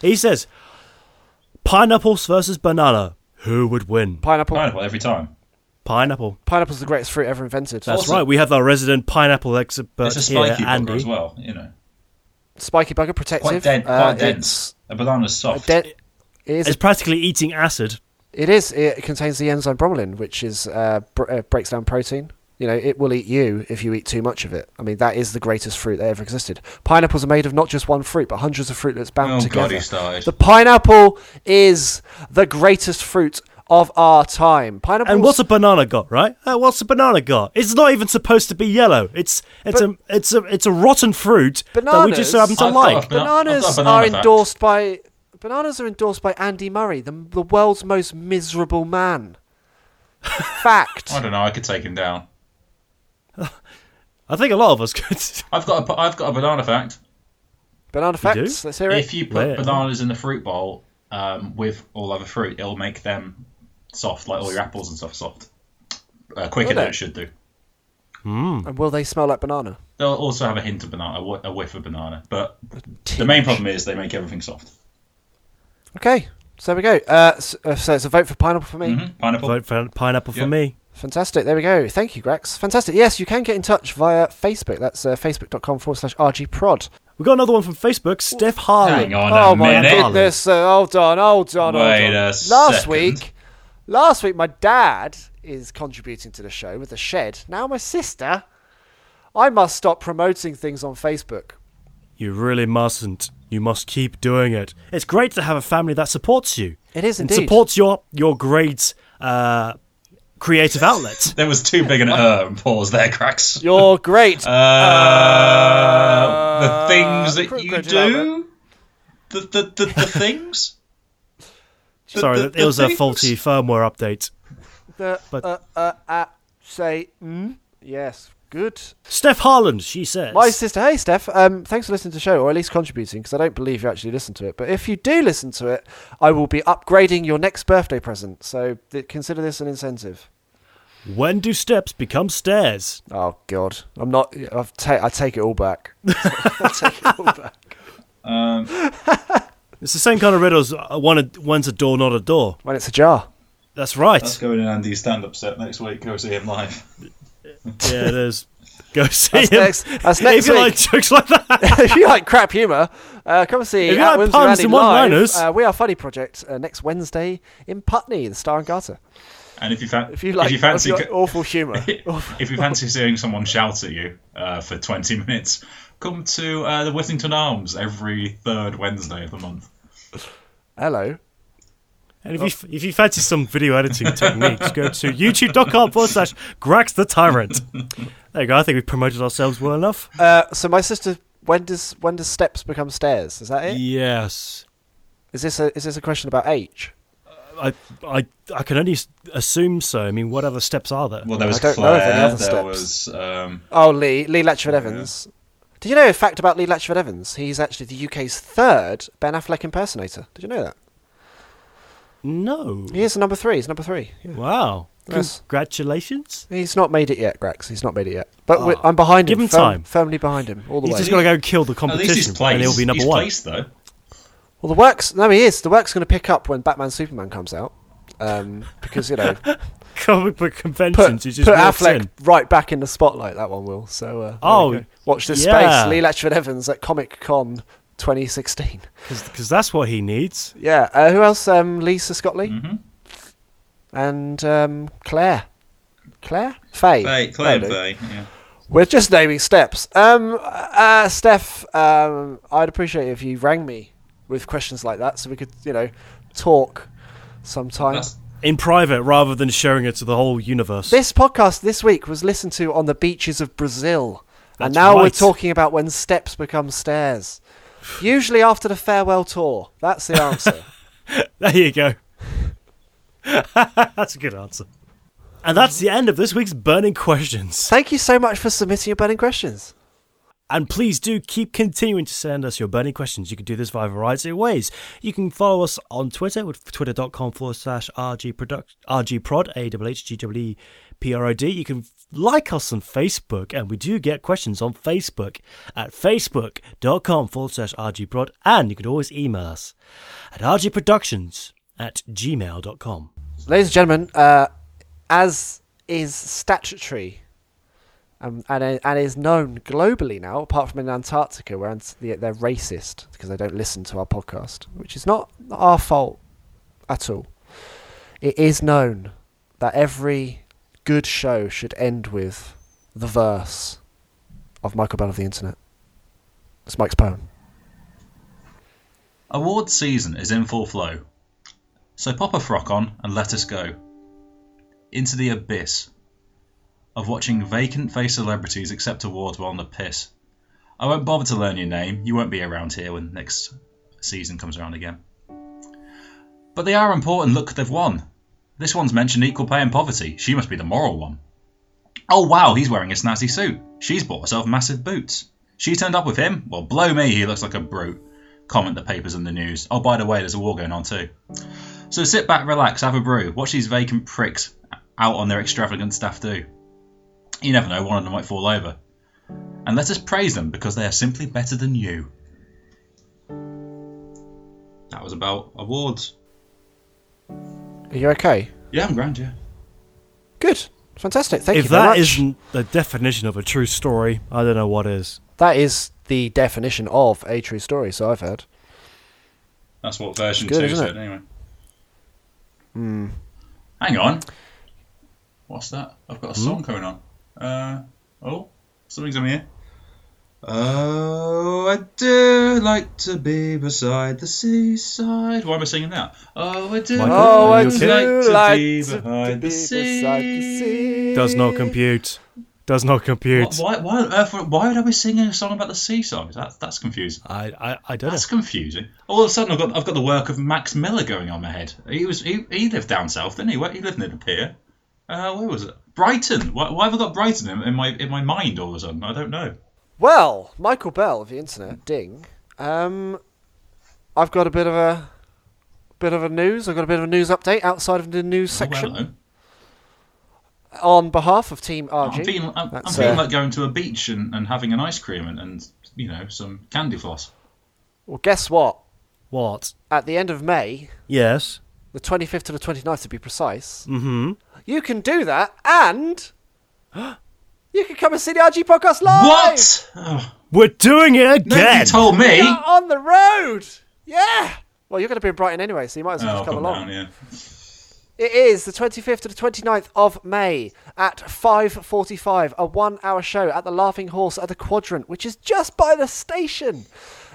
He says, "Pineapples versus banana. Who would win?" Pineapple. Pineapple every time. Pineapple. Pineapple's the greatest fruit ever invented. That's Also- right. We have our resident pineapple expert It's a here, spiky bugger Andy. as well. You know, Spiky bugger, protective. quite dense. Uh, quite it's dense. A banana's a soft. den- it is. It's practically eating acid. it is. It contains the enzyme bromelain, which is uh, br- uh, breaks down protein. You know, it will eat you if you eat too much of it. I mean, that is the greatest fruit that ever existed. Pineapples are made of not just one fruit, but hundreds of fruitlets bound Oh, God, together. he started. The pineapple is the greatest fruit of our time. Pineapple. And what's a banana got, right? Uh, what's a banana got? It's not even supposed to be yellow. It's it's a it's a it's a rotten fruit that we just Bananas? so happen to I've got like. a bana- I've bananas got a banana are fact. endorsed by bananas are endorsed by Andy Murray, the, the world's most miserable man. Fact. *laughs* I don't know. I could take him down. I think a lot of us could. *laughs* I've got a, I've got a banana fact. Banana do? facts. Let's hear it. If you put Yeah. bananas in the fruit bowl um, with all other fruit, it'll make them soft, like all your apples and stuff soft, uh, quicker Will than it? it should do. And will they smell like banana? They'll also have a hint of banana, a whi- a whiff of banana. But the main problem is they make everything soft. Okay, so there we go. Uh, so, uh, so it's a vote for pineapple for me. Mhm, Pineapple. Vote for pineapple for Yeah. me. Fantastic. There we go. Thank you, Grex. Fantastic. Yes, you can get in touch via Facebook. That's uh, facebook.com forward slash rgprod. We got another one from Facebook. Steph Harlan. Hang on oh a my minute. goodness! Uh, hold on, hold on, Wait hold on. a last second. week, last week, my dad is contributing to the show with a shed. Now my sister, I must stop promoting things on Facebook. You really mustn't. You must keep doing it. It's great to have a family that supports you It is and indeed. supports your your great uh, creative outlets. There was too *laughs* big an uh and pause there, cracks. *laughs* You're great. Uh, the things Uh, cr- that you crunch it do? The, the, the, *laughs* the things? *laughs* The- Sorry, the- that it was the a faulty things? firmware update. The, but- uh, uh, uh, say mm. yes. Good. Steph Harland, she says. My sister, hey Steph, um, thanks for listening to the show, or at least contributing, because I don't believe you actually listen to it. But if you do listen to it, I will be upgrading your next birthday present. So th- consider this an incentive. when do steps become stairs? Oh God, I'm not. I've ta- I take it *laughs* all back. *laughs* I take it all back. Um, It's the same kind of riddle as uh, one a, one's a door, not a door. When it's *laughs* a jar. *laughs* That's right. That's going in Andy's stand up set next week. Go see him live. *laughs* yeah, it is. Go see That's him. next- that's next if you week. like jokes like that. *laughs* if you like crap humour, uh, come and see. If you at like Windsor puns Alley and Live, one-liners. uh, we are funny project uh, next Wednesday in Putney, the Star and Garter. And if you, fa- If you like, if you fancy, if you like awful *laughs* humour, if you fancy seeing someone shout at you uh, for 20 minutes, come to uh, the Whittington Arms every third Wednesday of the month. hello. And if you f- if you fancy some video editing techniques, go to youtube.com forward slash Grax the Tyrant. There you go. I think we've promoted ourselves well enough. Uh, so my sister, when does when does steps become stairs? Is that it? Is Yes. this a is this a question about age? I, I, I can only s- assume so. I mean, what other steps are there? Well, there was I don't know of any Claire, other there steps. was um, Oh, Lee, Lee Latchford Evans. Did you know a fact about Lee Latchford Evans? He's actually the UK's third Ben Affleck impersonator. Did you know that? No. He is number three. He's number three. Yeah. Wow. Yes. Congratulations. He's not made it yet, Grax. He's not made it yet. But we- Ah. I'm behind Give him. him firm- time. Firmly behind him. All the He's way. just got to go kill the at competition, least he's placed. and he'll be number he's one. *laughs* placed though. Well, the works. No, he is. The work's going to pick up when Batman Superman comes out. Um, because, *laughs* you know, Comic book conventions. put, he put just walks Affleck in. right back in the spotlight, that one will. So, uh, there Oh, we go. watch this yeah. space. Lee Latchford Evans at Comic Con 2016. because that's what he needs. Yeah. Uh, who else? Um, Lisa Scottley and um, Claire. Claire? Faye. Bay, Claire No, no. Bay, yeah. We're just naming steps. Um, uh, Steph, um, I'd appreciate if you rang me with questions like that, so we could, you know, talk sometime. That's, In private, rather than sharing it to the whole universe. This podcast this week was listened to on the beaches of Brazil, and That's now we're right. talking about when steps become stairs. Usually after the farewell tour. That's the *laughs* answer. There you go. *laughs* that's a good answer. And that's the end of this week's Burning Questions. Thank you so much for submitting your burning questions. And please do keep continuing to send us your burning questions. You can do this via a variety of ways. You can follow us on Twitter with twitter.com forward slash rgprod, E A-W-H-G-W-E-P-R-O-D. You can like us on Facebook, and we do get questions on Facebook at facebook.com forward slash rgprod. And you can always email us at rgproductions at gmail.com. Ladies and gentlemen, uh, as is statutory um, and, and is known globally now, apart from in Antarctica, where Ant- the- they're racist because they don't listen to our podcast, which is not our fault at all. It is known that every good show should end with the verse of Michael Bell of the Internet. It's Mike's poem. award season is in full flow, so pop a frock on and let us go into the abyss of watching vacant-faced celebrities accept awards while on the piss. I won't bother to learn your name. You won't be around here when next season comes around again. But they are important. Look, they've won. This one's mentioned equal pay and poverty. She must be the moral one. Oh wow, he's wearing a snazzy suit. She's bought herself massive boots. She turned up with him? Well, blow me, he looks like a brute. Comment the papers and the news. Oh, by the way, there's a war going on too. So sit back, relax, have a brew. Watch these vacant pricks out on their extravagant staff do. You never know, one of them might fall over. And let us praise them because they are simply better than you. That was about awards. Are you okay? Yeah, I'm grand, yeah. Good. Fantastic. Thank if you very that much. not the definition of a true story, I don't know what is. That is the definition of a true story, so I've heard. That's what version It's good, 2 isn't said, it? anyway. Hang on. What's that? I've got a song coming on. Uh, oh, something's on here. Oh, I do like to be beside the seaside. Why am I singing that? Oh, I do Michael, Oh, are I you do okay? like, to be to, behind be the beside the sea. Does not compute. Does not compute. Why, why on earth? would- Why would I be singing a song about the seaside? That, that's confusing. I, I, I don't know. That's confusing. All of a sudden, I've got I've got the work of Max Miller going on my head. He was he, he lived down south, didn't he? Where, he lived near the pier. Uh, where was it? Brighton. Why, why have I got Brighton in, in my in my mind all of a sudden? I don't know. Well, Michael Bell of the internet, ding. Um, I've got a bit of a bit of a news. I've got a bit of a news update outside of the news Oh, section hello. on behalf of Team I'm RG. feeling I'm, I'm That's, feeling uh, like going to a beach and, and having an ice cream and, and you know some candy floss. Well, guess what? What? At the end of May, Yes. the 25th to the 29th to be precise, Mm-hmm. you can do that, and *gasps* you can come and see the RG podcast live. What? Oh, We're doing it nobody again. told me. We are on the road. Yeah. Well, you're going to be in Brighton anyway, so you might as Oh, well I'll just come come along. down, yeah. It is the 25th to the 29th of May at 5:45, a 1-hour show at the Laughing Horse at the Quadrant, which is just by the station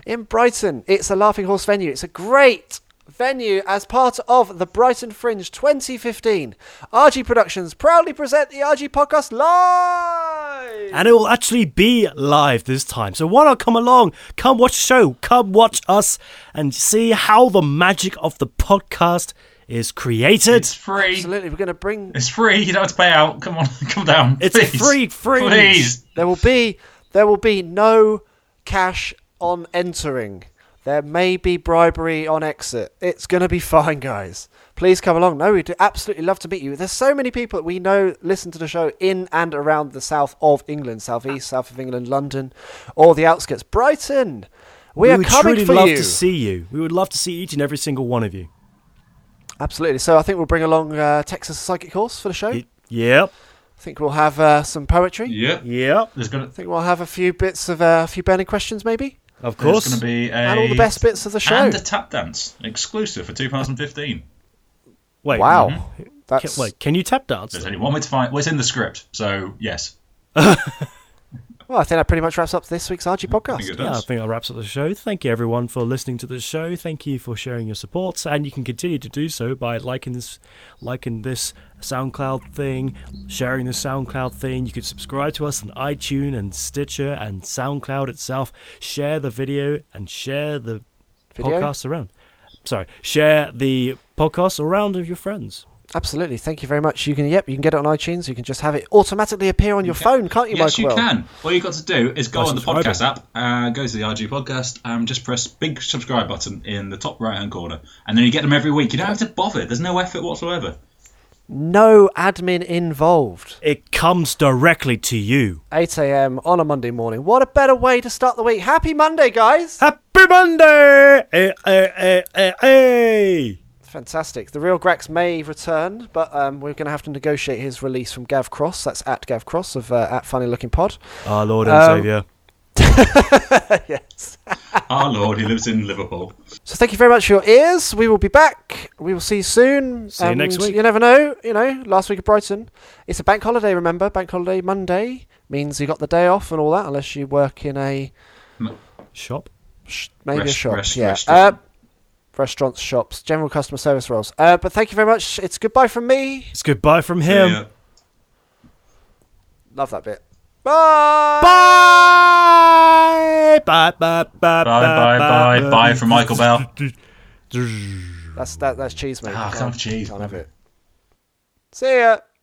in Brighton. It's a Laughing Horse venue. It's a great venue as part of the Brighton Fringe 2015. RG Productions proudly present the RG podcast live. and it will actually be live this time. So why not come along? Come watch the show. Come watch us and see how the magic of the podcast is created. It's free. Absolutely, we're going to bring. It's free. You don't have to pay out. Come on, *laughs* come down. It's please. free, free. Please. There will be there will be no cash on entering. There may be bribery on exit. It's going to be *laughs* fine, guys. Please come along. No, we'd absolutely love to meet you. There's so many people that we know listen to the show in and around the south of England, south east, south of England, London, or the outskirts, Brighton. We, are would coming truly for love you. to see you. We would love to see each and every single one of you. absolutely. So I think we'll bring along uh, Texas Psychic Horse for the show. Y- Yep, I think we'll have uh, some poetry. Yep. yep, There's gonna I think we'll have a few bits of uh, a few burning questions, maybe, of there's course. gonna be a and all the best bits of the show. and a tap dance exclusive for 2015. Wait, Wow. mm-hmm. Can, That's wait, can you tap dance? There's only one way to find. Well, it's in the script, so yes. well, I think that pretty much wraps up this week's RG I think podcast. it Yeah, I does. think that wraps up the show. Thank you, everyone, for listening to the show. Thank you for sharing your support, and you can continue to do so by liking this, liking this SoundCloud thing, sharing the SoundCloud thing. You can subscribe to us on iTunes and Stitcher and SoundCloud itself. Share the video and share the Video? podcast around. Sorry, share the podcast around with your friends. Absolutely, thank you very much. You can yep, you can get it on iTunes. You can just have it automatically appear on your phone, can't you, Yes, you Michael? can. All you've got to do is go By on the subscribing. podcast app, uh, go to the RG podcast, and just press big subscribe button in the top right hand corner, and then you get them every week. You don't have to bother. There's no effort whatsoever. *laughs* No admin involved. It comes directly to you. 8 a.m. on a Monday morning. What a better way to start the week! Happy Monday, guys! Happy Monday! Eh, eh, eh, eh, eh. Fantastic. The real Grex may return, but um, we're going to have to negotiate his release from Gav Cross. That's at Gav Cross of uh, at Funny Looking Pod. Our Lord and Um, Savior. yes. Our Ah, Lord, he lives in Liverpool. So thank you very much for your ears. We will be back. We will see you soon. See you next week. You never know. You know, last week at Brighton, it's a bank holiday. Remember, bank holiday Monday means you got the day off and all that, unless you work in a Shop. sh- maybe a Rest- shop. rest- yeah, restaurant. Uh, restaurants, shops, general customer service roles. Uh, but thank you very much. It's goodbye from me. It's goodbye from him. Yeah. Love that bit. Bye. Bye! Bye, bye, bye, Bye, bye, bye, bye from Michael Bell. *laughs* That's that. That's cheese, mate. Ah, I can't have cheese. Can't have it. See ya.